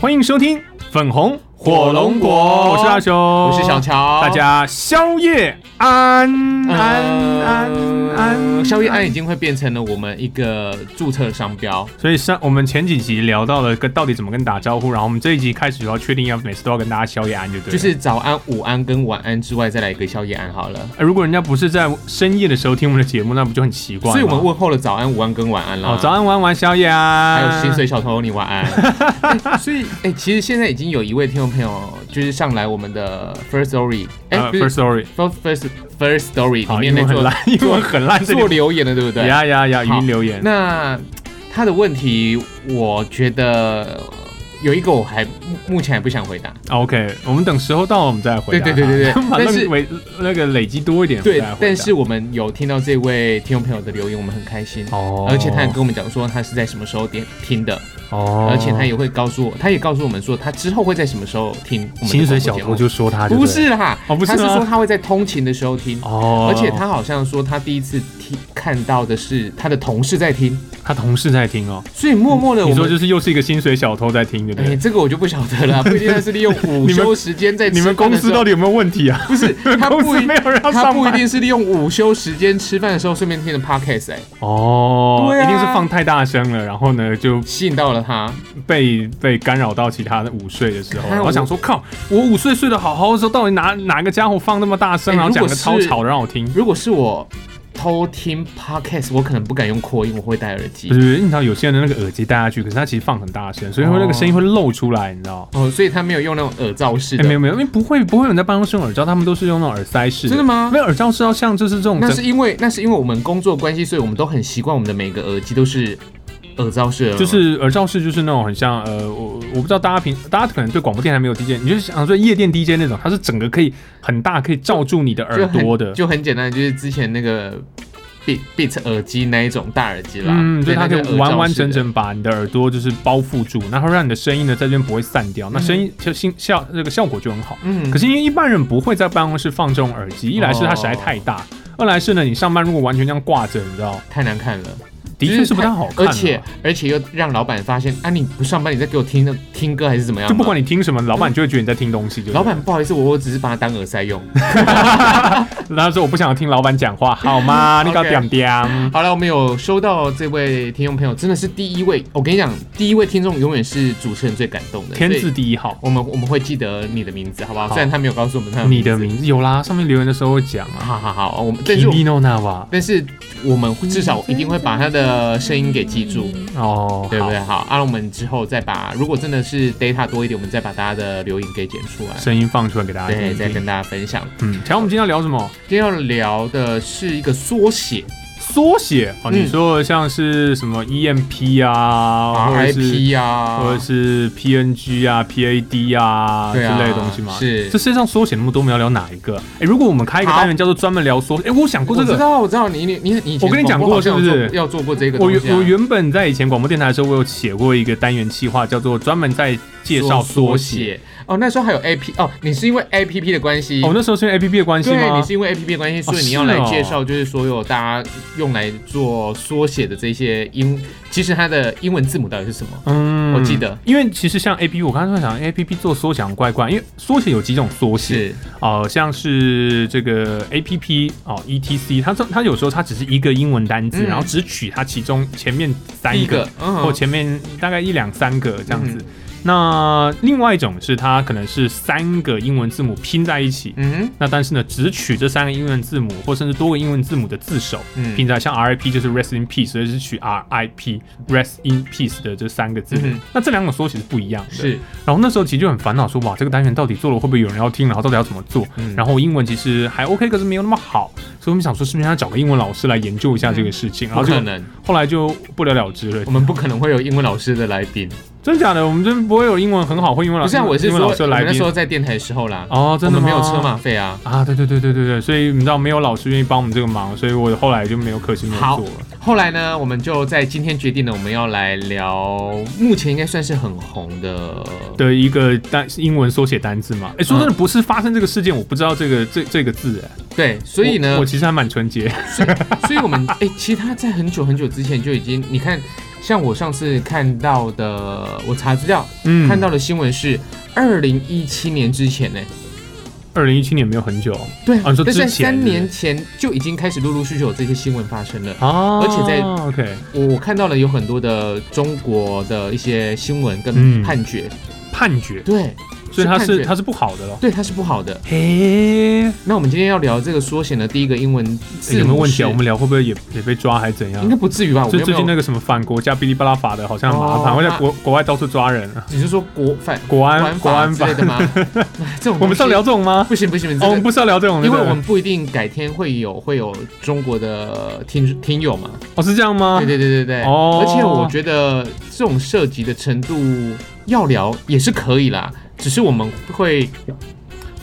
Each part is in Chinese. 欢迎收听粉红火龙果，我是大雄，我是小乔，哦大家宵夜安安安安，呃宵夜安已经会变成了我们一个注册商标。所以上我们前几集聊到了跟到底怎么跟打招呼，然后我们这一集开始要确定要每次都要跟大家宵夜安就对了，就是早安、午安跟晚安之外，再来一个宵夜安好了。呃如果人家不是在深夜的时候听我们的节目，那不就很奇怪吗？所以我们问候了早安、午安跟晚安啦。哦，早，安晚安晚安宵夜安，还有心碎小偷你 晚安。哎所以，哎、其实现在已经有一位听众朋友就是上来我们的 First Story，哎、呃不是，First Story， First First First Story 里好，英面那文很做烂，英文很烂，这做里留言的，对不对？呀呀呀，语好音留言，那他的问题，我觉得有一个我还目目前还不想回答。 OK，我们等时候到了，我们再来回答他。 对对对对对把那但个是累那个累积多一点，我对们再来，回答但是我们有听到这位听众朋友的留言，我们很开心。哦，而且他也跟我们讲说他是在什么时候点听的，哦，而且他也会告诉我，他也告诉我们说他之后会在什么时候听我们的薪水小广偷播节目就说他就对不是啦，哦不是他吗是说他会在通勤的时候听，哦，而且他好像说他第一次听看到的是他的同事在听，他同事在听哦，所以默默的我你说们就是又是一个薪水小偷在听，对不哎、对？这个我就不晓得了，不一定他是利用 午你休们时间在你们吃饭公的时司候到底有没有问题啊？不是他 公不司一没有人要他上不一班定是利用午休时间吃饭的时候顺便听的 podcast 哎、哦，对啊一定是放太大声了，然后呢就吸引到了他。被被干扰到其他的午睡的时候，看然后我想说靠，我午睡睡得好好的时候，到底哪哪个家伙放那么大声，哎然后如讲果的超是吵的让我听？如果是我偷听 podcast，我可能不敢用扩音，我会戴耳机不。是，不是你知道有些人的那个耳机戴下去，可是它其实放很大声，所以会那个声音会漏出来，你知道？哦，所以他没有用那种耳罩式哎、没的，有没有，因为不会不会有人在办公室用耳罩，他们都是用那种耳塞式真的吗没有耳罩是要像就是这种那整是因为那是因为我们工作关系，所以我们都很习惯我们的每个耳机都是耳罩式的，就是耳罩式，就是那种很像呃，我我不知道大家平大家可能对广播电台没有 DJ，你就是想说夜店 DJ 那种，它是整个可以很大，可以罩住你的耳就很朵的。就很简单，就是之前那个 Beat Beat 耳机那一种大耳机啦，嗯，就对是它那可个以耳完罩完式整的整把你的耳朵就是包覆住，然后让你的声音呢在这边不会散掉，那声音就效效这个效果就很好。嗯，哦可是因为一般人不会在办公室放这种耳机，一来是它实在太大，二来是呢，你上班如果完全这样挂着，你知道，太难看了，的确就是不太他好看、啊而且。而且又让老板发现啊，你不上班，你在给我听那听歌还是怎么样就嘛？不管你听什么，老板就会觉得你在听东西。就对老板，不好意思，我我只是把它当耳 塞用。然后说我不想听老板讲话，好吗？你搞 OK 点点。好了，我们有收到这位听众朋友，真的是第一位。我跟你讲，第一位听众永远是主持人最感动的。天所字以第一号，我们我们会记得你的名字，好不好？好虽然他没有告诉我们他你的字。名字有啦，上面留言的时候会讲啊。好好好，我们但是我 Kimi no na wa 但是我们至少一定会把他的声音给记住，哦，对不对？好？好，啊，我们之后再把，如果真的是 data 多一点，我们再把大家的留言给剪出来，声音放出来给大家对，听再听。跟大家分享。嗯，然后我们今天要聊什么？今天要聊的是一个缩写缩写哦，你嗯说像是什么 EMP 啊，或者是 RIP 啊，或者是 PNG 啊、PAD 啊之对啊类的东西吗？是这世界上缩写那么多，我们要聊哪一个？哎，如果我们开一个好单元叫做专门聊缩，哎，我想过这我知个。道，我知道，你你你你以前我跟你讲过广播好像有是不是做要做过这个我东西原啊、我原本在以前广播电台的时候，我有写过一个单元企划，叫做专门在介绍缩写。哦，那时候还有 A P 哦，你是因为 A P P 的关系。哦，那时候是因为 A P P 的关系对，吗你？是因为 A P P 的关系，所以你是要来哦介绍，就是所有大家用来做缩写的这些英，其实它的英文字母到底是什么？嗯我记得，因为其实像 A P P，我刚才在想 A P P 做缩写很怪怪，因为缩写有几种缩写，是哦，像是这个 A P P 哦 E T C，它这它有时候它只是一个英文单字，嗯然后只取它其中前面三第一个个，嗯或前面大概一两三个这样子。嗯那另外一种是它可能是三个英文字母拼在一起，嗯那但是呢，只取这三个英文字母或甚至多个英文字母的字首嗯拼在，像 RIP 就是 Rest in Peace，所以是取 RIP Rest in Peace 的这三个字。嗯哼那这两种缩写是不一样的。嗯是，然后那时候其实就很烦恼，说哇，这个单元到底做了会不会有人要听，然后到底要怎么做？嗯然后英文其实还 OK，可是没有那么好，所以我们想说，是不是应该找个英文老师来研究一下这个事情？然不后可就能，后来就不了了之了我。们不可能会有英文老师的来宾，真假的，我们真不会有英文很好会英文老不师，是啊，我是英文说老师我的来们那宾时候在电台的时候啦，哦，我真的们吗没有车马费啊，啊，对对对对对对，所以你知道没有老师愿意帮我们这个忙，所以我后来就没有可惜没有好做了。后来呢，我们就在今天决定了，我们要来聊目前应该算是很红的，的一个单英文缩写单字嘛，哎、说真的，不是发生这个事件，我不知道这个这这个字，哎，对，所以呢我我，其实还蛮纯洁，所以我们哎、其实他在很久很久之前就已经，你看像我上次看到的，我查资料、嗯，看到的新闻是二零一七年之前呢、二零一七年没有很久对啊你说但是在之前三年前就已经开始陆陆续续有这些新闻发生了。啊，而且在 OK 我我看到了有很多的中国的一些新闻嗯跟判决，判决，对，所以它判是决它是不好的咯。对它是不好的。嘿，那我们今天要聊这个缩写的第一个英文字母是、有没有问题啊？我们聊会不会也也被抓还是怎样应该？不至于吧？我就们又没最有近那个什么反国家哔哩吧啦法的，好像很麻烦，哦会在那国国外到处抓人。你是说国反国安玩国法安之法类，的吗？ 哎这种我们是要上聊这种吗？ 不行不行，这个哦，我们不是要聊这种的，因为对不对我们不一定改天会有会有中国的听听友嘛，哦是这样吗对？对对对对，哦而且我觉得这种涉及的程度要聊也是可以啦，只是我们会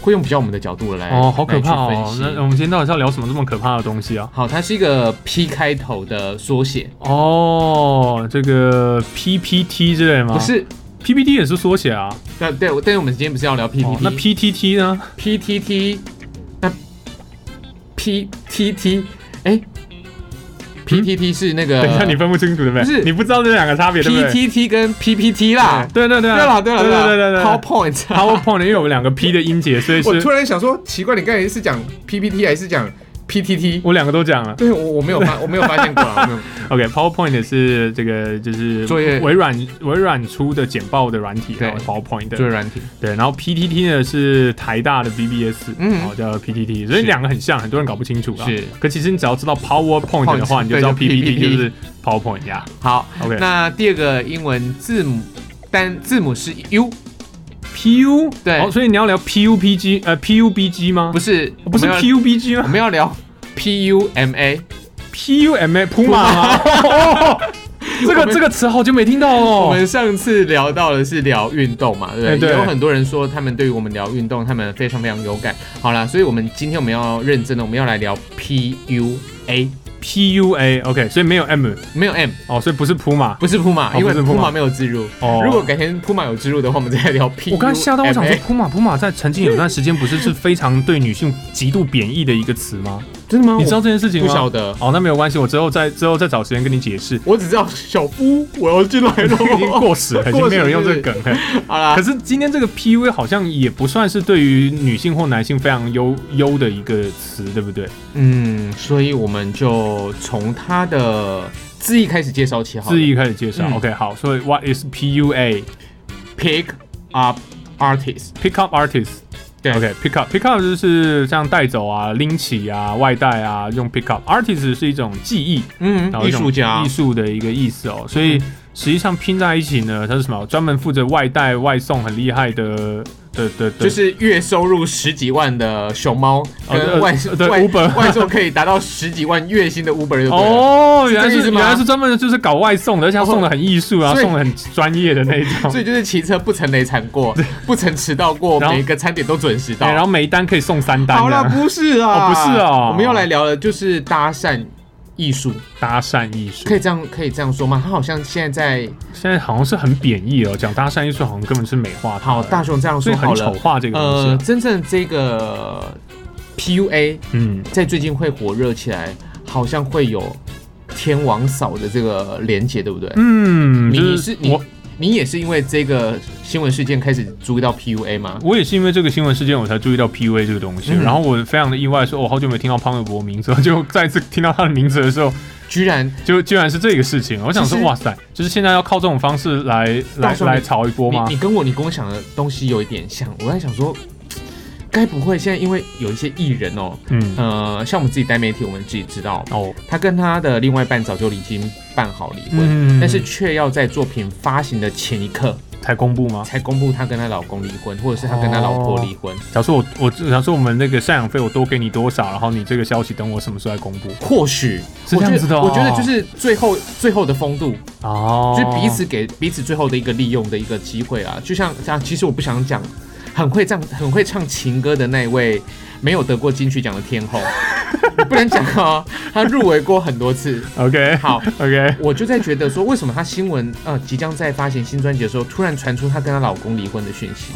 会用比较我们的角度来哦，好可怕来哦！去分那析。我们今天到底是要聊什么这么可怕的东西啊？好，它是一个 P 开头的缩写，哦，这个 PPT 之类吗？不是，呃，PPT 也是缩写啊。对对，但是我们今天不是要聊 PPT，、哦那 PTT 呢？ PTT，那 PTT，哎、p t t 是那个，等一下，你分不清楚对不对？呃不是你不知道这两个差别对不对？ PTT 跟 PPT 啦。对对对对啊啦，对啦，对啦，对对对 p o w e r p o i n t PowerPoint，因为我们两个 P 的音节，所以我是突然想说，奇怪，你刚才是讲 PPT 还是讲 PTT？我两个都讲了。对我我没有 发，我没有发现过啊。我没有 OK，PowerPoint、是这个就是作业微软微软出的简报的软体，对然后 PowerPoint 作对为软体，对，然后 PTT 呢是台大的 VBS，嗯然后叫 PTT，所以是两个很像，很多人搞不清楚啊。是，可其实你只要知道 PowerPoint 的话， Point，你就知道对就 PPT PPT 就是 PowerPoint 呀。好。 OK，那第二个英文字母单字母是 U， PU 对哦，所以你要聊 PUBG 呃 PUBG 吗？不是哦不是我们要 PUBG 我吗们要聊 PUMA。 ？PUMA 普马吗？哦这我个们这个词好久没听到我哦。们上次聊到的是聊运动嘛，对不对？哎对也有很多人说他们对于我们聊运动，他们非常非常有感。好啦，所以我们今天我们要认真的，我们要来聊 PUA， PUA OK，所以没有 M 没有 M，哦，所以不是普马。不是 Puma，、哦因为不是 Puma Puma 没有植入。哦如果改天 Puma 有植入的话，我们再来聊哎 PUA。我刚才吓到，我想说，普马普马在曾经有段时间不是是非常对女性极度贬义的一个词吗？真的吗？你知道这件事我情不吗晓？得，哦，那没有关系，我之后再之后再找时间跟你解 释。我只知道小夫我要进来了。已经过时了，已经没有人用这个梗了。 好 啦可，是今天这个 PUA 好像也不算是对于女性或男性非常优优的一个词，对不对？嗯，所以我们就从它的字义开始介绍起好了。字义开始介绍。嗯 OK，好，所以 What is PUA？ ，pick up artist。 Pick up artist。对 OK，pick up，pick up 就是像带走啊、拎起啊、外带啊，用 pick up。artist 是一种技艺，嗯然，后一艺种术家艺。术的一个意思哦。所以嗯实际上拼在一起呢，它是什么？专门负责外带、外送，很厉害的的的的，就是月收入十几万的熊猫，哦跟呃外对外 Uber 外送可以达到十几万月薪的 Uber 就对了哦，是原来这个意是思原吗哦来是专门的就是搞外送的，而且他送的很艺术啊，所以送的很专业的那一种所。以就是骑车不曾累惨过，不曾迟到过，然后每个餐点都准时到。 对，然后每一单可以送三单好啦，的，不是啊，哦不是哦我们要来聊的就是搭讪艺术，搭讪艺术可以这样可以这样说吗？它好像现在在现在好像是很贬义哦，讲搭讪艺术好像根本是美化它好的大，雄这样所以说好很丑了。化这个东西呃啊。，真正这个 PUA 嗯，在最近会火热起来，好像会有天王嫂的这个连结，对不对？嗯，你就你是你我，你也是因为这个新闻事件开始注意到 PUA 吗？我也是因为这个新闻事件，我才注意到 PUA 这个东西。嗯然后我非常的意外说，我哦好久没听到潘玮柏名字了， 就再次听到他的名字的时候，居然就居然是这个事情。我想说，其实哇塞，就是现在要靠这种方式来大来雄你来炒一波吗你？你跟我你跟我想的东西有一点像，我在想说，该不会现在因为有一些艺人哦，嗯，呃，像我们自己待媒体，我们自己知道，哦，他跟他的另外一半早就已经办好离婚，嗯但是却要在作品发行的前一刻才公布吗？才公布他跟他老公离婚，或者是他跟他老婆离婚，假设我我假设我们那个赡养费我多给你多少，然后你这个消息等我什么时候来公布？或许是这我觉样得子的哦我觉得就是最后最后的风度，哦就是彼此给彼此最后的一个利用的一个机会啊。就像这样，其实我不想讲，很会唱很会唱情歌的那一位没有得过金曲奖的天后， 不能讲哦，他入围过很多次。 OK 好， OK，我就在觉得说，为什么她新闻呃即将在发行新专辑的时候，突然传出她跟她老公离婚的讯息？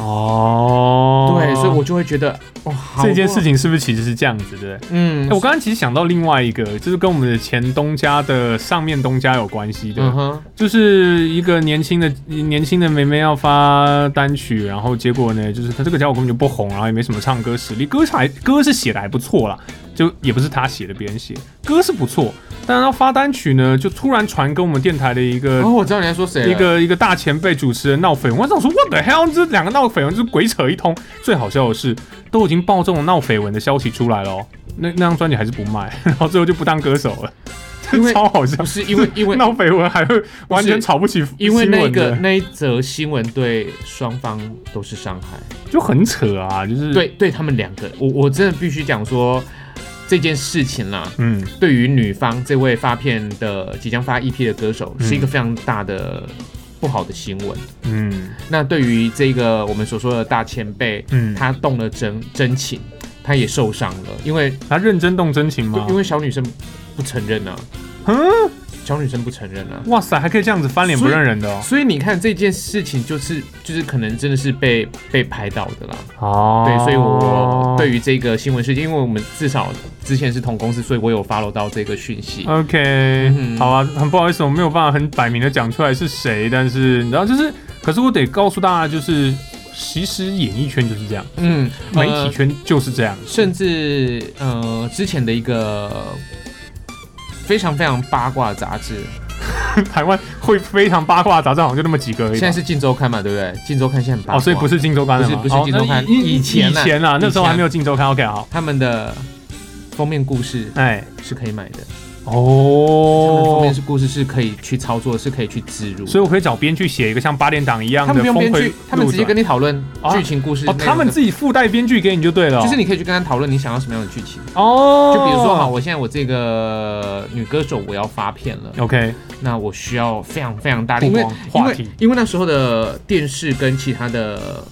哦对，所以我就会觉得哇，好这件事，情是不是其实是这样子，对不对？嗯哎，我刚刚其实想到另外一个，就是跟我们的前东家的上面东家有关系的，嗯哼，就是一个年轻的年轻的妹妹要发单曲，然后结果呢，就是她这个家伙根本就不红，然后也没什么唱歌实力，歌是还歌是写的还不错啦，就也不是她写的，别人写歌是不错，但是她发单曲呢，就突然传跟我们电台的一个、哦，我知道你在说谁了，呃一个一个大前辈主持人闹绯闻，我想说 what the hell，这两个闹绯闻就是鬼扯一通。最好笑的是，都已经爆这种闹绯闻的消息出来了、哦，那那张专辑还是不卖， 然后最后就不当歌手了，因为超好笑不。是因为因 为闹绯闻还会完全吵不起因为那新闻个的那一则新闻对双方都是伤害，就很扯啊，就是，对对他们两个，我我真的必须讲说这件事情啦，嗯，对于女方这位发片的即将发 EP 的歌手，嗯是一个非常大的不好的新闻。嗯那对于这个我们所说的大前辈，嗯，他动了真真情，他也受伤了，因为他认真动真情吗因？为小女生不承认啊，嗯，小女生不承认啊。哇塞，还可以这样子翻脸不认人的哦。所以你看这件事情，就是就是可能真的是被被拍到的啦。哦对，所以我对于这个新闻事件，因为我们至少之前是同公司，所以我有 follow 到这个讯息。 OK，、嗯哼好啊，很不好意思，我没有办法很摆明的讲出来是谁，但是你知道，就是，可是我得告诉大家，就是其实演艺圈就是这样，嗯，媒呃体圈就是这样， 甚至呃之前的一个呃非常非常八卦的杂志，台湾会非常八卦的杂志好像就那么几个而已吧。现在是《镜周刊》嘛，对不对？《镜周刊》现在很八哦，卦所以不是《镜周刊》了吗？不是不是镜周刊哦那以以前以啊前啊，那时候以前还没有《镜周刊》。OK，好，他们的封面故事哎，是可以买的，他们的封哦面，是故事是可以去操作，是可以去植入。所以我可以找编剧写一个像八点档一样他的们不用峰编回剧，他们直接路转跟你讨论啊剧情、故事内哦，容的。他们自己附带编剧给你就对了哦，就是你可以去跟他讨论你想要什么样的剧情。哦，就比如说，哈，我现在我这个女歌手我要发片了， ，OK，那我需要非常非常大的曝因为光因话为题，因为那时候的电视跟其他的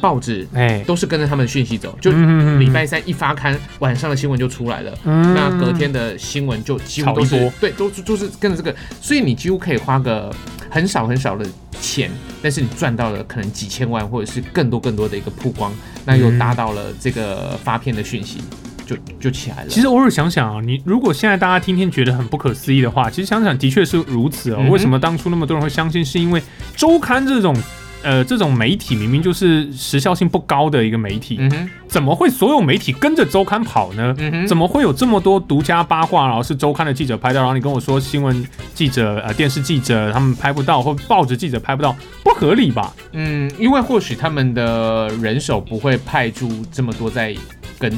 报纸哎，都是跟着他们的讯息走，就嗯礼拜三一发刊，晚上的新闻就出来了。嗯那隔天的新闻就几乎炒一都是波对，都是就是跟着这个，所以你几乎可以花个很少很少的钱，但是你赚到了可能几千万或者是更多更多的一个曝光，那又嗯搭到了这个发片的讯息，就就起来了。其实偶尔想想啊，你如果现在大家听听觉得很不可思议的话，其实想想的确是如此哦。嗯哼为什么当初那么多人会相信？是因为周刊这种呃这种媒体明明就是时效性不高的一个媒体，嗯哼，怎么会所有媒体跟着周刊跑呢？嗯哼，怎么会有这么多独家八卦，然后是周刊的记者拍到，然后你跟我说新闻记者、呃电视记者他们拍不到，或报纸记者拍不到，不合理吧？嗯，因为或许他们的人手不会派出这么多在跟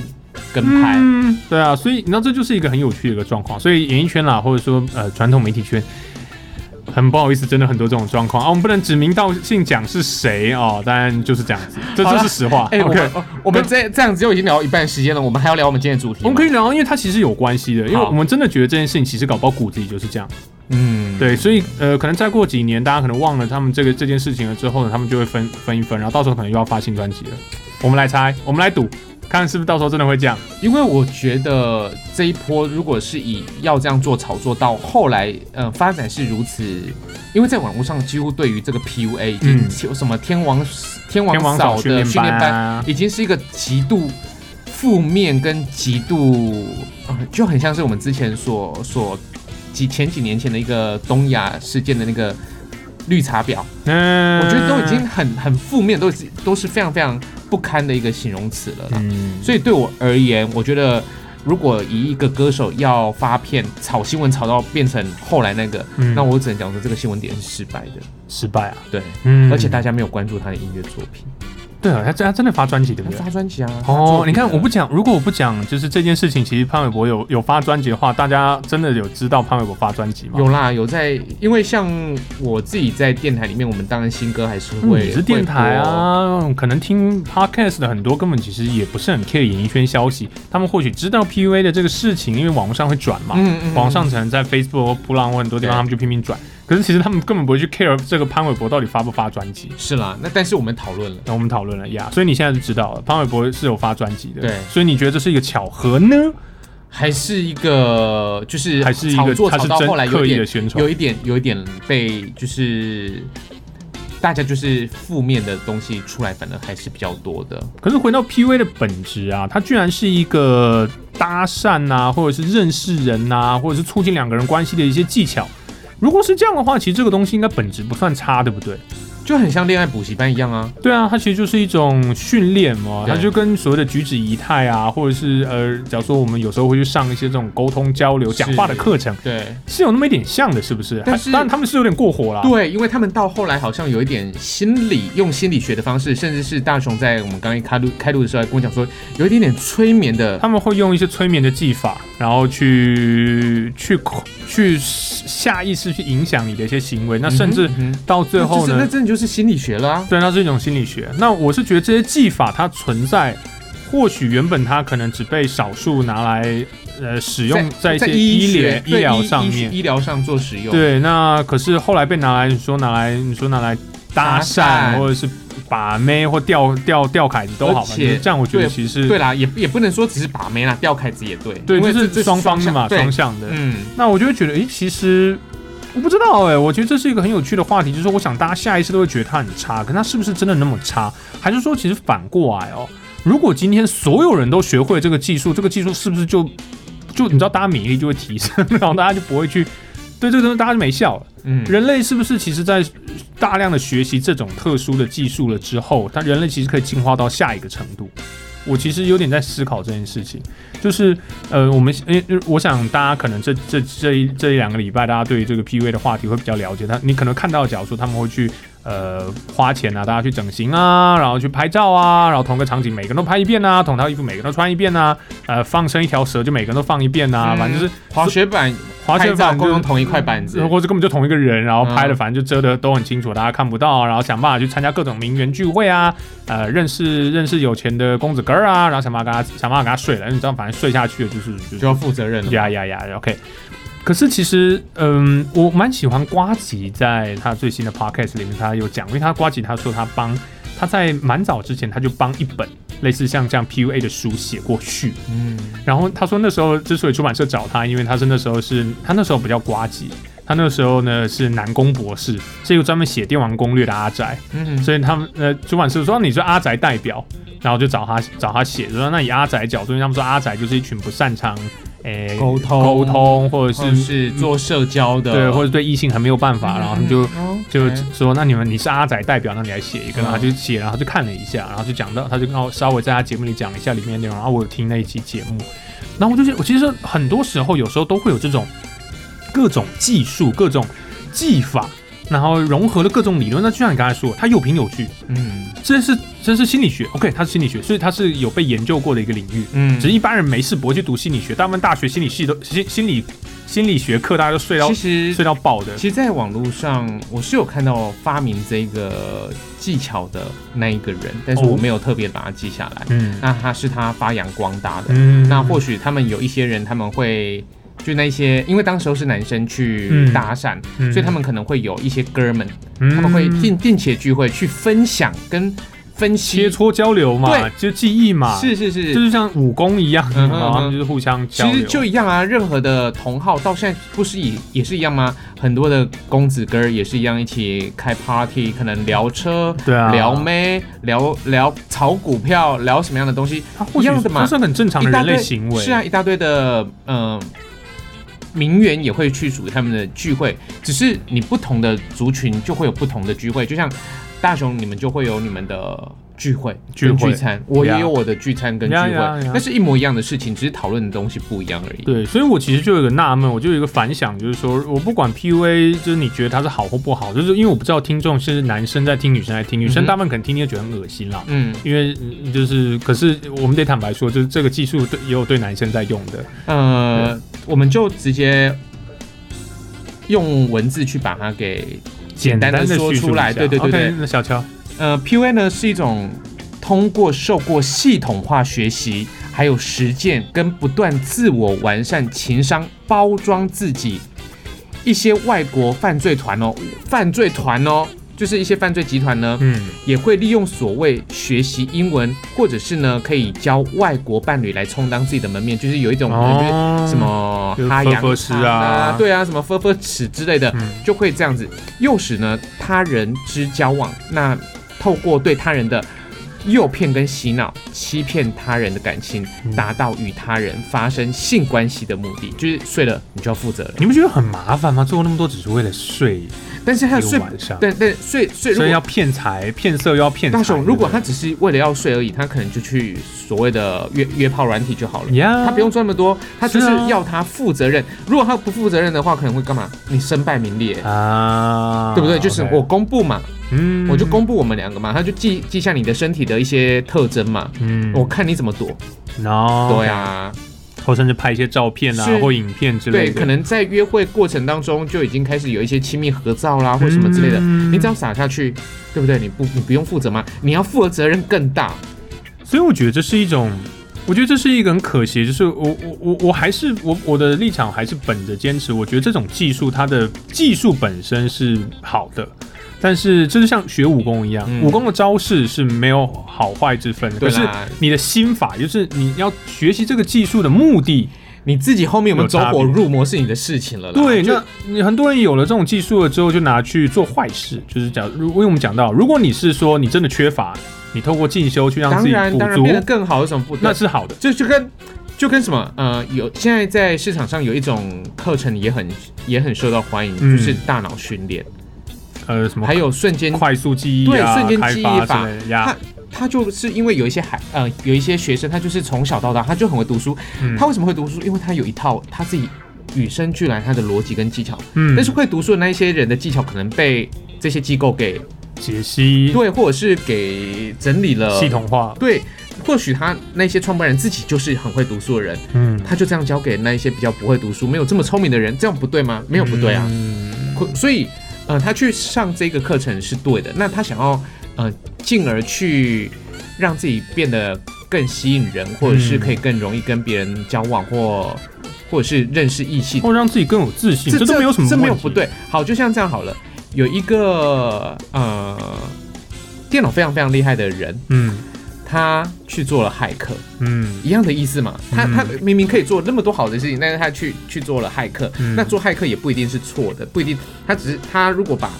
跟拍，嗯，对啊，所以你知道这就是一个很有趣的一个状况，所以演艺圈啦，或者说呃传统媒体圈。很不好意思，真的很多这种状况啊，我们不能指名道姓讲是谁哦，当然就是这样 子，这好这啦是实话。哎、我 OK，们我们这这样子就已经聊一半时间了，我们还要聊我们今天的主题吗。我们可以聊，因为它其实有关系的，因为好我们真的觉得这件事情其实搞不好骨子里就是这样。嗯，对，所以呃，可能再过几年，大家可能忘了他们这个这件事情了之后呢，他们就会分分一分，然后到时候可能又要发新专辑了。我们来猜，我们来赌，看是不是到时候真的会这样。因为我觉得这一波如果是以要这样做炒作到后来，呃，发展是如此，因为在网络上几乎对于这个 PUA 已经嗯有什么天王天天王王嫂嫂训的练训练班班，啊，已经是一个极度负面跟极度，呃就很像是我们之前所所几前几年前的一个东亚事件的那个绿茶婊，嗯我觉得都已经很很负面，都是都是非常非常不堪的一个形容词了啦。嗯，所以对我而言，我觉得如果以一个歌手要发片炒新闻炒到变成后来那个，嗯那我只能讲说这个新闻点是失败的，失败啊，对，嗯而且大家没有关注他的音乐作品，对啊，他真他真的发专辑对他不对？发专辑啊。哦，你看，我不。不讲，如果我不讲，就是这件事情，其实潘玮柏有有发专辑的话，大家真的有知道潘玮柏发专辑吗？有啦，有在，因为像我自己在电台里面，我们当然新歌还是嗯会，你是电台啊，可能听 podcast 的很多根本其实也不是很 care 演艺圈消息，他们或许知道 PUA 的这个事情，因为网络上会转嘛会播，，嗯嗯，网上可能在 Facebook 或扑浪或很多地方对他们就拼命转，可是其实他们根本不会去 care 这个潘玮柏到底发不发专辑。是啦，那但是我们讨论了，那我们讨论了呀所以你现在就知道了，潘玮柏是有发专辑的，对所以你觉得这是一个巧合呢，还是一个就是还是一炒个作他炒是到后来真有刻意点的宣传有，一点有一点被就是大家就是负面的东西出来，反而还是比较多的。可是回到 PUA 的本质啊，它居然是一个搭讪啊，或者是认识人呐、或者是促进两个人关系的一些技巧。如果是这样的话，其实这个东西应该本质不算差，对不对？就很像恋爱补习班一样啊，对啊，它其实就是一种训练嘛，对它就跟所谓的举止仪态啊，或者是呃，假如说我们有时候会去上一些这种沟通交流、是讲话的课程，对是有那么一点像的，是不是？但还是当然他们是有点过火啦。对，因为他们到后来好像有一点心理，用心理学的方式，甚至是大雄在我们刚一开录开录的时候还跟我讲说，有一点点催眠的，他们会用一些催眠的技法，然后去去去下意识去影响你的一些行为，那甚至嗯哼嗯哼到最后那就是那呢，真的就是心理学了啊，对，那是一种心理学。那我是觉得这些技法它存在，或许原本它可能只被少数拿来呃使用在一在些医医学疗对医疗上医面，医疗上做使用，对，那可是后来被拿来你说拿来你说拿来搭搭讪讪，或者是把妹或吊吊吊凯子都好，而反且正这样我觉得其实对啦，也也不能说只是把妹啦，吊凯子也对，对，因为就这这是双方的向嘛，对双向的。嗯，那我就会觉得，诶，其实我不知道诶，我觉得这是一个很有趣的话题，就是说我想大家下意识都会觉得它很差，可它是不是真的那么差？还是说其实反过来哦，如果今天所有人都学会这个技术，这个技术是不是就就你知道大家免疫力就会提升， 然后大家就不会去对这个东西大家就没效了？嗯，人类是不是其实在大量的学习这种特殊的技术了之后，它人类其实可以进化到下一个程度？我其实有点在思考这件事情，就是呃，我们呃，我想大家可能这这这一这一两个礼拜，大家对于这个 PUA 的话题会比较了解。他你可能看到，假如说他们会去呃花钱啊，大家去整形啊，然后去拍照啊，然后同个场景每个人都拍一遍啊，同套衣服每个人都穿一遍啊，呃，放生一条蛇就每个人都放一遍啊，嗯反正就是滑雪板、滑雪拍照板共就用同一块板子，或者根本就同一个人，然后拍的嗯反正就遮的都很清楚，大家看不到，然后想办法去参加各种名媛聚会啊，呃，认识认识有钱的公子哥儿啊，然后想办法跟他想办法跟他睡了，因为你知道反正睡下去了就是就是就要负责任了。呀呀呀，OK。可是其实，嗯，我蛮喜欢瓜吉在他最新的 podcast 里面，他有讲，因为他瓜吉他说他帮他在蛮早之前他就帮一本类似像这样 PUA 的书写过序，嗯，然后他说那时候之所以出版社找他，因为他是那时候是他那时候不叫瓜吉，他那时候呢是南宫博士，是一个专门写电玩攻略的阿宅，嗯，所以他们呃出版社说你是阿宅代表，然后就找他找他写，说那以阿宅角度，因为他们说阿宅就是一群不擅长诶嗯沟通哦沟通或者是是是做社交的，对或者对异性很没有办法，然后他们就。嗯就 OK 说那你们你是阿仔代表，那你来写一个，嗯然后他就写，然后他就看了一下，然后就讲到，他就跟我稍微在他节目里讲了一下里面的内容，然后我有听那一期节目，然后我就觉得我其实很多时候有时候都会有这种各种技术、各种技法，然后融合了各种理论，那就像你刚才说，它有凭有据，嗯这是这是心理学，OK，它是心理学，所以它是有被研究过的一个领域。嗯只是一般人没事不会去读心理学，大部分大学心理系都心心理心理学课大家都睡到其实睡到爆的。其实，在网络上我是有看到发明这个技巧的那一个人，但是哦我没有特别把它记下来。嗯那他是他发扬光大的，嗯那或许他们有一些人他们会。就那一些，因为当时候是男生去嗯搭讪，嗯所以他们可能会有一些哥们，他他们会并并且聚会去分享跟分析切，磋交流嘛对，就记忆嘛，是是，就是是像武功一样，嗯哼然后他们就是互相交其流。实就一样啊，任何的同号到现在不是也也是一样吗？很多的公子哥儿也是一样，一起开 party，可能聊车、对啊，聊妹、聊聊炒股票、聊什么样的东西，他或一许样的嘛这是很正常的一大人堆类行为。是啊，，一大堆的嗯、呃名媛也会去属于他们的聚会，只是你不同的族群就会有不同的聚会，就像大雄你们就会有你们的。聚会、聚跟会聚餐，我也 Yeah 有我的聚餐跟聚 Yeah, 会 yeah, yeah 那是一模一样的事情，只是讨论的东西不一样而已。对，所以我其实就有一个纳闷，我就有一个反想，就是说我不管 PUA，就是你觉得它是好或不好，就是因为我不知道听众是男生在听，女生在听，女嗯生哼大部分可能听你也觉得很恶心啦。嗯，因为嗯就是，可是我们得坦白说，就是这个技术对也有对男生在用的，呃，我们就直接用文字去把它给简单的的说出来。对对对对 OK，那小乔，呃，PUA 呢是一种通过受过系统化学习，还有实践跟不断自我完善、情商包装自己。一些外国犯罪团哦，犯罪团哦，就是一些犯罪集团呢，嗯，也会利用所谓学习英文，或者是呢可以交外国伴侣来充当自己的门面，就是有一种可能就是哦什么就是哈分洋分尸汤啊对啊，什么分分尺之类的，嗯就会这样子诱使呢他人之交往，那透过对他人的。诱骗跟洗脑，欺骗他人的感情，达到与他人发生性关系的目的，就是睡了你就要负责了。你不觉得很麻烦吗？做那么多只是为了睡一但是他的个睡，晚上，但但睡睡如所果以要骗财骗色又要骗财。大雄，如果他只是为了要睡而已，他可能就去所谓的约约炮软体就好了。呀，他不用做那么多，他就是是啊要他负责任。如果他不负责任的话，可能会干嘛？你身败名裂，啊，对不对？就是我 OK，公布嘛，嗯我就，公布我们两个嘛，他就记记下你的身体的一些特征嘛，嗯我看你怎么躲。 no，对，啊，或甚至拍一些照片啊是或影片之类对，的，可能在约会过程当中就已经开始有一些亲密合照啦，或什么之类的，嗯你只要撒下去，对不对？你不你不用负责吗？你要负的责任更大。所以我觉得这是一种，我觉得这是一个很可惜，就是我我我我还是我我的立场还是本着坚持，我觉得这种技术它的技术本身是好的。但是这就像学武功一样，嗯武功的招式是没有好坏之分的。可对是啦你的心法，就是你要学习这个技术的目的，你自己后面有没有走火有差别入魔是你的事情了啦。对，就那你很多人有了这种技术了之后，就拿去做坏事，就是讲，如因为我们讲到，如果你是说你真的缺乏，你透过进修去让当自己然补当然足变，得更好有什么不对？那是好的。就就跟就跟什么呃，有现在在市场上有一种课程也很也很受到欢迎，嗯就是大脑训练，呃，什么还有瞬间快速记忆啊，对瞬间开记忆发法之类的呀，他就是因为有一些孩呃有一些学生，他就是从小到大他就很会读书。嗯他为什么会读书？因为他有一套他自己与生俱来他的逻辑跟技巧。嗯，但是会读书的那一些人的技巧，可能被这些机构给解析对，或者是给整理了系统化，对，或许他那些创办人自己就是很会读书的人，嗯，他就这样教给那一些比较不会读书、没有这么聪明的人，这样不对吗？没有不对啊嗯，。可所以，呃，他去上这个课程是对的。那他想要，呃，进而去让自己变得更吸引人，或者是可以更容易跟别人交往，或或者是认识异性，或让自己更有自信，哦这都没有什么，这没有不。对。好，就像这样好了，有一个呃，电脑非常非常厉害的人，嗯他去做了骇客。嗯一样的意思嘛。他嗯他明明可以做那么多好的事情，但是他去去做了骇客。嗯那做骇客也不一定是错的，不一定。他只是他如果把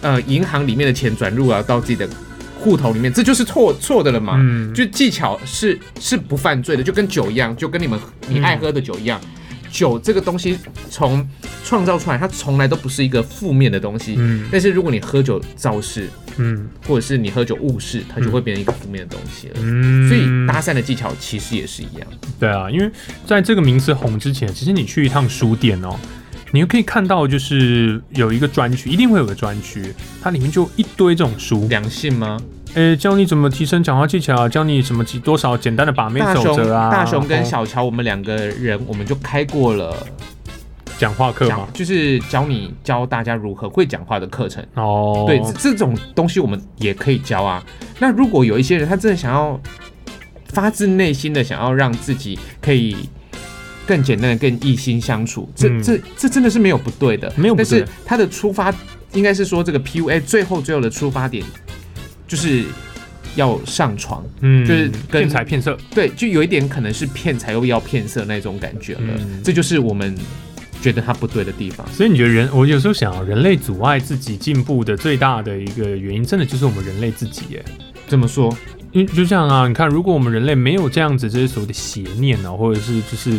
呃银行里面的钱转入啊到自己的户头里面，这就是错错的了嘛。嗯，就技巧是是不犯罪的，就跟酒一样，就跟你们你爱喝的酒一样。酒这个东西从创造出来，它从来都不是一个负面的东西。嗯但是如果你喝酒造势，嗯或者是你喝酒误事，它就会变成一个负面的东西了。嗯，所以搭讪的技巧其实也是一样。对啊，因为在这个名词红之前，其实你去一趟书店哦，你就可以看到，就是有一个专区，一定会有个专区，它里面就一堆这种书，良性吗？诶，教你怎么提升讲话技巧啊，教你什么几多少简单的把妹大守雄、则啊，大雄跟然后小乔，我们两个人我们就开过了讲话课嘛讲，，就是教你教大家如何会讲话的课程。哦，对，这这种东西我们也可以教啊。那如果有一些人他真的想要发自内心的想要让自己可以更简单的跟异性相处，这、嗯这这真的是没有不对的，没有不但对是他的出发应该是说这个 PUA 最后最后的出发点就是要上床。嗯，就是跟骗财骗色，对，就有一点可能是骗财又要骗色那种感觉了，嗯这就是我们觉得它不对的地方。所以你觉得人，我有时候想啊，人类阻碍自己进步的最大的一个原因，真的就是我们人类自己耶。这么说，因为就这样啊，你看，如果我们人类没有这样子这些所谓的邪念呢、或者是就是，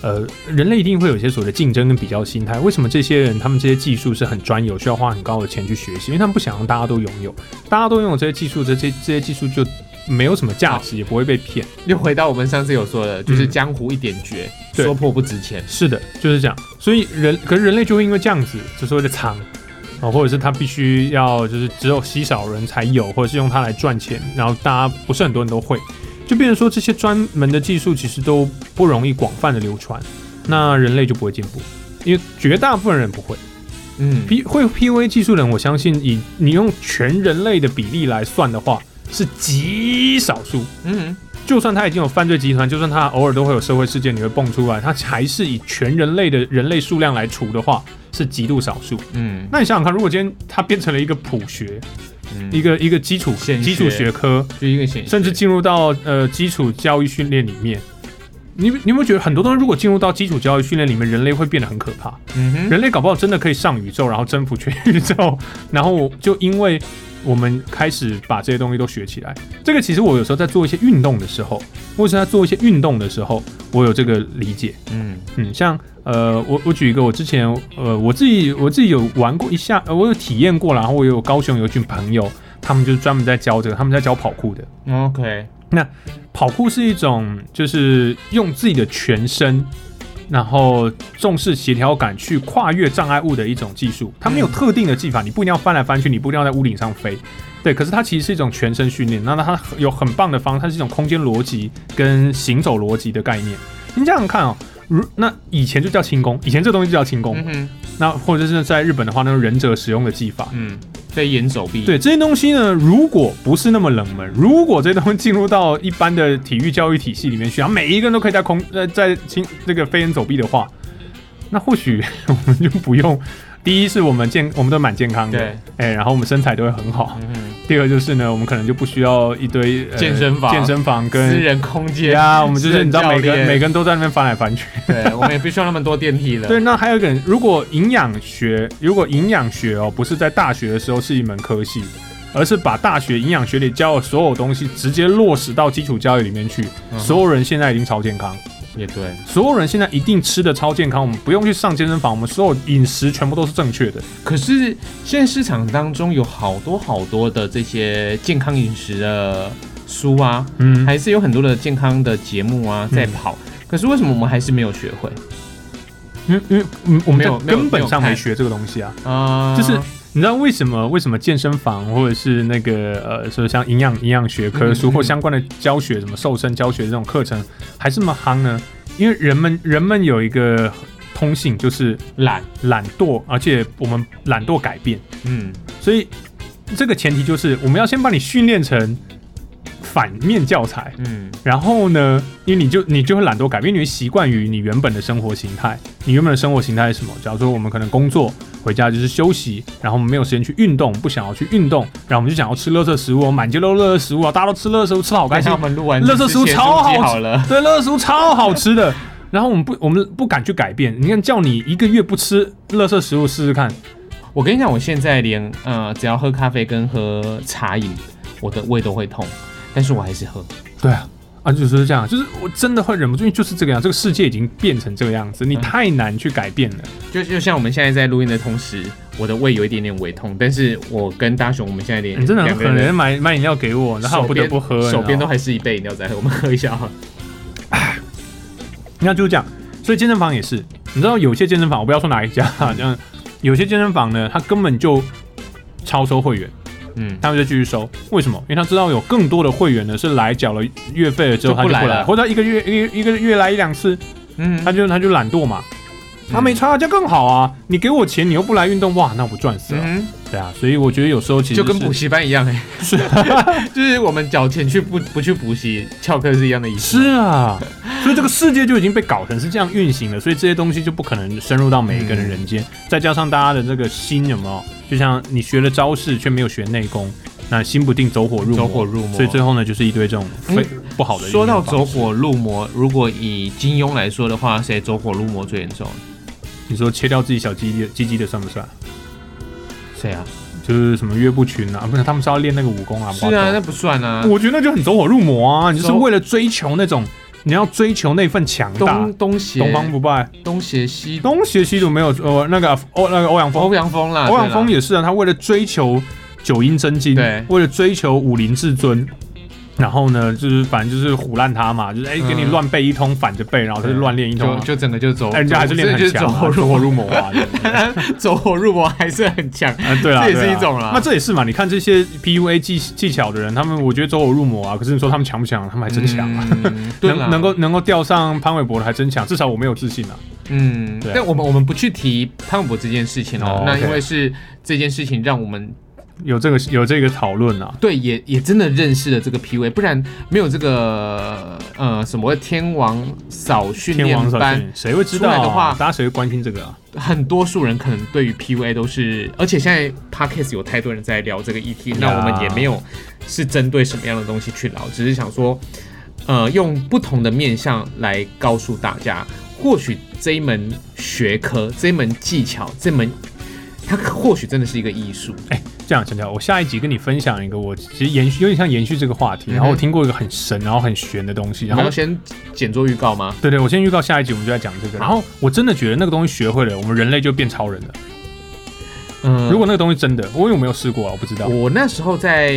呃，人类一定会有一些所谓的竞争跟比较心态。为什么这些人他们这些技术是很专有，需要花很高的钱去学习？因为他们不想让大家都拥有，大家都拥有这些技术，这些这些技术就没有什么价值，也不会被骗。又回到我们上次有说的，就是嗯江湖一点绝，对说破不值钱。是的，就是这样。所以人，可是人类就会因为这样子，就所谓的藏。啊，或者是他必须要就是只有稀少人才有，或者是用它来赚钱，然后大家不是很多人都会，就变成说这些专门的技术其实都不容易广泛的流传，那人类就不会进步，因为绝大部分人不会。嗯， P 会 PUA 技术的人，我相信以你用全人类的比例来算的话，是极少数。嗯，就算他已经有犯罪集团，就算他偶尔都会有社会事件，你会蹦出来，他还是以全人类的人类数量来除的话，是极度少数。嗯那你想想看，如果今天它变成了一个普学，嗯，一个一个基础显学基础学科，就一个显，甚至进入到呃基础教育训练里面，你你有没有觉得很多东西如果进入到基础教育训练里面，人类会变得很可怕？嗯哼，人类搞不好真的可以上宇宙，然后征服全宇宙，然后就因为我们开始把这些东西都学起来。这个其实我有时候在做一些运动的时候，或是在做一些运动的时候，我有这个理解。嗯嗯，像呃，我我举一个，我之前呃我自己我自己有玩过一下，呃、我有体验过啦，然后我有高雄有一群朋友，他们就是专门在教这个，他们在教跑酷的。 ，OK，跑酷是一种就是用自己的全身，然后重视协调感去跨越障碍物的一种技术。它没有特定的技法，你不一定要翻来翻去，你不一定要在屋顶上飞。对，可是它其实是一种全身训练，那它有很棒的方，它是一种空间逻辑跟行走逻辑的概念。你想想看哦，如那以前就叫轻功，以前这东西就叫轻功，嗯哼，那或者是在日本的话，那种忍者使用的技法，嗯，飞檐走壁，对这些东西呢，如果不是那么冷门，如果这些东西进入到一般的体育教育体系里面去，然后每一个人都可以在空呃在轻那个飞檐走壁的话，那或许我们就不用。第一是我们健，我们都蛮健康的，对，哎、然后我们身材都会很好。嗯哼，第二就是呢，我们可能就不需要一堆、呃健身房健身房私跟人空间，呀，我们就私是人你知道每教个练每个人都在那边翻来翻去。对，我们也不需要那么多电梯了，对，那还有一个人，如果营养学，如果营养学哦，不是在大学的时候是一门科系，而是把大学营养学里教的所有东西直接落实到基础教育里面去，嗯哼所有人现在已经超健康，也对，所有人现在一定吃的超健康，我们不用去上健身房，我们所有饮食全部都是正确的。可是现在市场当中有好多好多的这些健康饮食的书啊，嗯，还是有很多的健康的节目啊在跑。可是为什么我们还是没有学会因为因为嗯我们没有在没有根本上没有没看学这个东西啊。啊、就是你知道为什么为什么健身房或者是那个呃，说像营养营养学科书嗯嗯嗯或相关的教学，什么瘦身教学这种课程还是那么夯呢？因为人们人们有一个通性，就是懒，懒惰，而且我们懒惰改变，嗯，所以这个前提就是我们要先把你训练成反面教材。嗯，然后呢，因为你就你就会懒惰改变，因为你会习惯于你原本的生活形态。你原本的生活形态是什么？假如说我们可能工作回家就是休息，然后我们没有时间去运动，不想要去运动，然后我们就想要吃垃圾食物，满街都是垃圾食物啊，大家都吃垃圾食物，吃的好开刚才心我。们录完乐色之食物前超录好制吃好了， 对，垃圾食物超好吃的。然后我们不，我们不敢去改变。你看，叫你一个月不吃垃圾食物试试看，我跟你讲，我现在连呃，只要喝咖啡跟喝茶饮，我的胃都会痛，但是我还是喝。对啊，啊，就是这样，就是我真的会忍不住，因为就是这个样，这个世界已经变成这个样子，你嗯太难去改变了。就就像我们现在在录音的同时，我的胃有一点点胃痛，但是我跟大雄我们现在连你真的很两个狠，人人买买饮料给我，然后我不得不喝，手你知边都道吗还是一杯饮料在喝，我们喝一下好了。那就是这样。所以健身房也是，你知道有些健身房，我不要说哪一家，啊这样有些健身房呢，他根本就超收会员，嗯，他们就继续收。为什么？因为他知道有更多的会员呢是来缴了月费了之后就他不就来不了来，或者他一个月一一个月来一两次，嗯他就他就懒惰嘛，他没差，这样更好啊！你给我钱，你又不来运动，哇，那我赚死了。嗯，对啊，所以我觉得有时候其实就跟是补习班一样哎、就是我们缴钱去不不去补习，翘课是一样的意思。是啊，所以这个世界就已经被搞成是这样运行了，所以这些东西就不可能深入到每一个人人间。再加上大家的这个心有没有，就像你学了招式却没有学内功，那心不定走火入魔，走火入魔哎所以最后呢就是一堆这种非、不好的。说到走，火入魔，如果以金庸来说的话，谁走火入魔最严重？你说切掉自己小鸡鸡鸡鸡的算不算？谁啊？就是什么岳不群啊，不是他们是要练那个武功啊？是不好啊，说那不算啊。我觉得那就很走火入魔啊！你就是走为了追求那种你要追求那份强大东，东邪东方不败，东邪西东邪西毒没有呃那个欧那个欧阳锋欧阳锋啦，欧阳锋对啦也是啊，他为了追求九阴真经，对为了追求武林至尊，然后呢，就是反正就是唬烂他嘛，就是哎、嗯给你乱背一通，反着背，然后他就乱练一通、就啊。就整个就走，哎人家还是练得就很是强、走啊，火入火入魔，魔 啊！对走火入魔还是很强。啊，对啊，这也是对啊一种啦那这也是嘛？你看这些 PUA 技技巧的人，他们我觉得走火入魔啊。可是你说他们强不强？他们还真强啊！ 嗯，对啦能能够能够钓上潘玮柏的还真强，至少我没有自信啊。嗯，对啊但我们我们不去提潘玮柏这件事情了、啊哦那 OK 因为是这件事情让我们有这个有这个讨论啊，对，也也真的认识了这个 PV，不然没有这个呃什么天王嫂训天王练扫班兴，，谁会知出道、来啊？的话大家谁会关心这个啊？很多数人可能对于 PUA 都是，而且现在 Podcast 有太多人在聊这个议题那我们也没有是针对什么样的东西去聊，只是想说，呃，用不同的面向来告诉大家，或许这一门学科、这一门技巧、这门它或许真的是一个艺术。哎，这样陈乔，我下一集跟你分享一个，我其实延续有点像延续这个话题，然后我听过一个很神，然后很玄的东西，然然后后先简做预告吗？对对，我先预告下一集我们就在讲这个，然后我真的觉得那个东西学会了，我们人类就变超人了。嗯、如果那个东西真的，我有没有试过啊？我不知道。我那时候在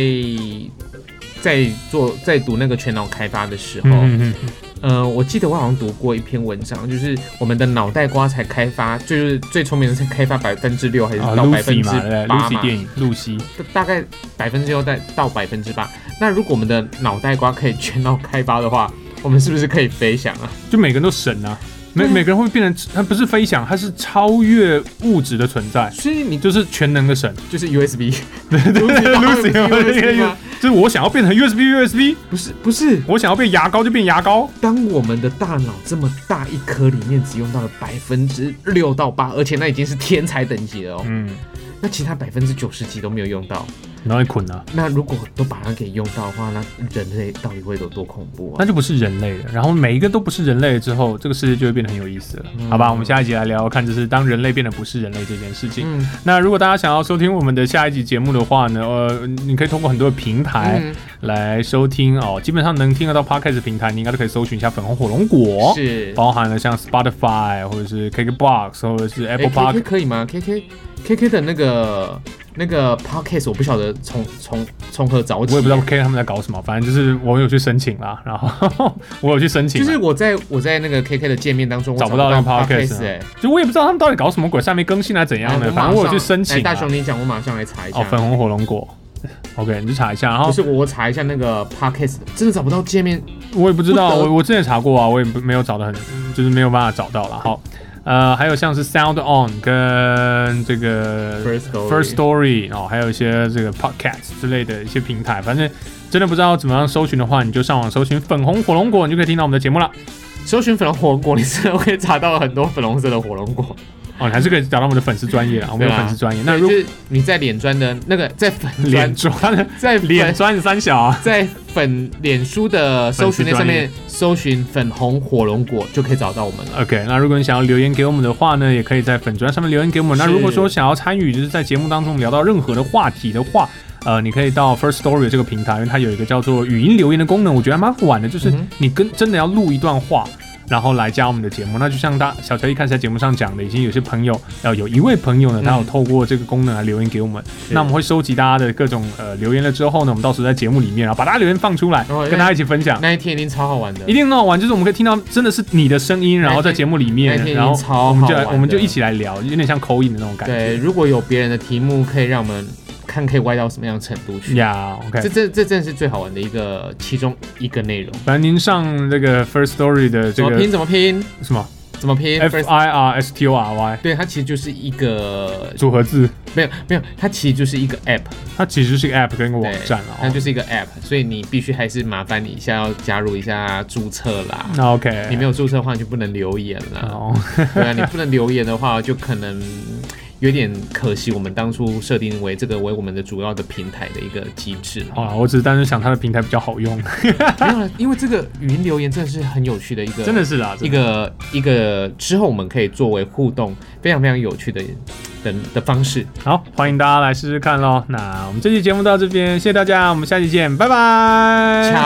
在做在读那个全脑开发的时候，嗯嗯嗯，呃，我记得我好像读过一篇文章，就是我们的脑袋瓜才开发，就是最聪明的是开发百分之六还是啊到百分，Lucy 之嘛，对不对八嘛，Lucy 电影，露西，大大概百分之六在到百分之八。那如果我们的脑袋瓜可以全脑开发的话，我们是不是可以飞翔啊？就每个人都神啊，每每个人会变成，他不是飞翔，他是超越物质的存在，所以你就是全能的 神。就是 USB，对对对 Lucy 吗 ，Lucy，吗 就是我想要变成 USB USB，不是不是，我想要变牙膏就变牙膏。当我们的大脑这么大一颗里面只用到了百分之六到八，而且那已经是天才等级了哦，嗯，那其他百分之九十几都没有用到。然后你捆啊了，那如果都把它给用到的话，那人类到底会有多恐怖那啊？就不是人类了。然后每一个都不是人类之后，这个世界就会变得很有意思了，嗯好吧？我们下一集来聊，看就是当人类变得不是人类这件事情。嗯，那如果大家想要收听我们的下一集节目的话呢，呃，你可以通过很多的平台嗯来收听哦，基本上能听得到 podcast 平台，你应该都可以搜寻一下粉红火龙果，是包含了像 Spotify 或者是 KKBox 或者是 Apple 哎 K K Park，可以吗？K K K K 的那个那个 podcast 我不晓得从从从何找我起，啊也不知道 K 他们在搞什么，反正就是我有去申请啦，然后 我有去申请就啦，是我在我在那个 K K 的界面当中我找不不到那个 podcast podcast 啊哎，就我也不知道他们到底搞什么鬼，上面更新还是怎样哎的，我反正我有马去上申哎请啦啊大雄你讲，我马上来查一下哦，。粉红火龙果，OK，你去查一下，然后不是我，我查一下那个 podcast，真的找不到界面。我也不知道，不得我我之前查过啊，我也不没有找的很，就是没有办法找到了。好，呃，还有像是 Sound On 跟这个 First Story 呃 First Story 哦，还有一些这个 Podcast 之类的一些平台，反正真的不知道怎么样搜寻的话，你就上网搜寻粉红火龙果，你就可以听到我们的节目了。搜寻粉红火龙果，你真的会查到很多粉红色的火龙果。哦，你还是可以找到我们的粉丝专业啊，我们有对啊粉丝专业。那对如就果是你在脸砖的那个在粉 脸砖砖在粉脸砖三小啊，在粉脸书的搜寻那上面搜寻粉红火龙果就可以找到我们了。 OK，那如果你想要留言给我们的话呢，也可以在粉砖上面留言给我们。那是如果说想要参与，就是在节目当中聊到任何的话题的话，呃，你可以到 First Story 这个平台，因为它有一个叫做语音留言的功能，我觉得还蛮好玩的，就是嗯哼你跟真的要录一段话。然后来加我们的节目，那就像大小乔一开始在节目上讲的，已经有些朋友，呃，有一位朋友呢，他有嗯透过这个功能来留言给我们。那我们会收集大家的各种呃留言了之后呢，我们到时候在节目里面，然后把大家留言放出来，哦跟大家一起分享。那一天一定超好玩的，一定很好玩，就是我们可以听到真的是你的声音，然哎后在节目里面那，天然后超我们就来好玩的我们就一起来聊，有点像口音的那种感对。觉。如果有别人的题目，可以让我们看可以歪到什么样的程度去。呀，OK、这 o k 这这真的是最好玩的一个其中一个内容。反正您上这个 First Story 的这怎么个拼？怎么拼？什么怎么拼 F ？First， I R S T O R Y 对，它其实就是一个组合字，没有没有，它其实就是一个 app，它其实是一个 App 跟一个网对站了、它哦。就是一个 app，所以你必须还是麻烦你一下要加入一下注册啦。那 OK，你没有注册的话，你就不能留言了。哦，对啊，你不能留言的话，就可能有点可惜。我们当初设定为这个为我们的主要的平台的一个机制。好了，我只是单纯想它的平台比较好用，哦没有了，因为这个语音留言真的是很有趣的一个，真的是啦，一真的个一个之后我们可以作为互动非常非常有趣的的的方式。好，欢迎大家来试试看喽。那我们这期节目到这边，谢谢大家，我们下期见，拜拜，恰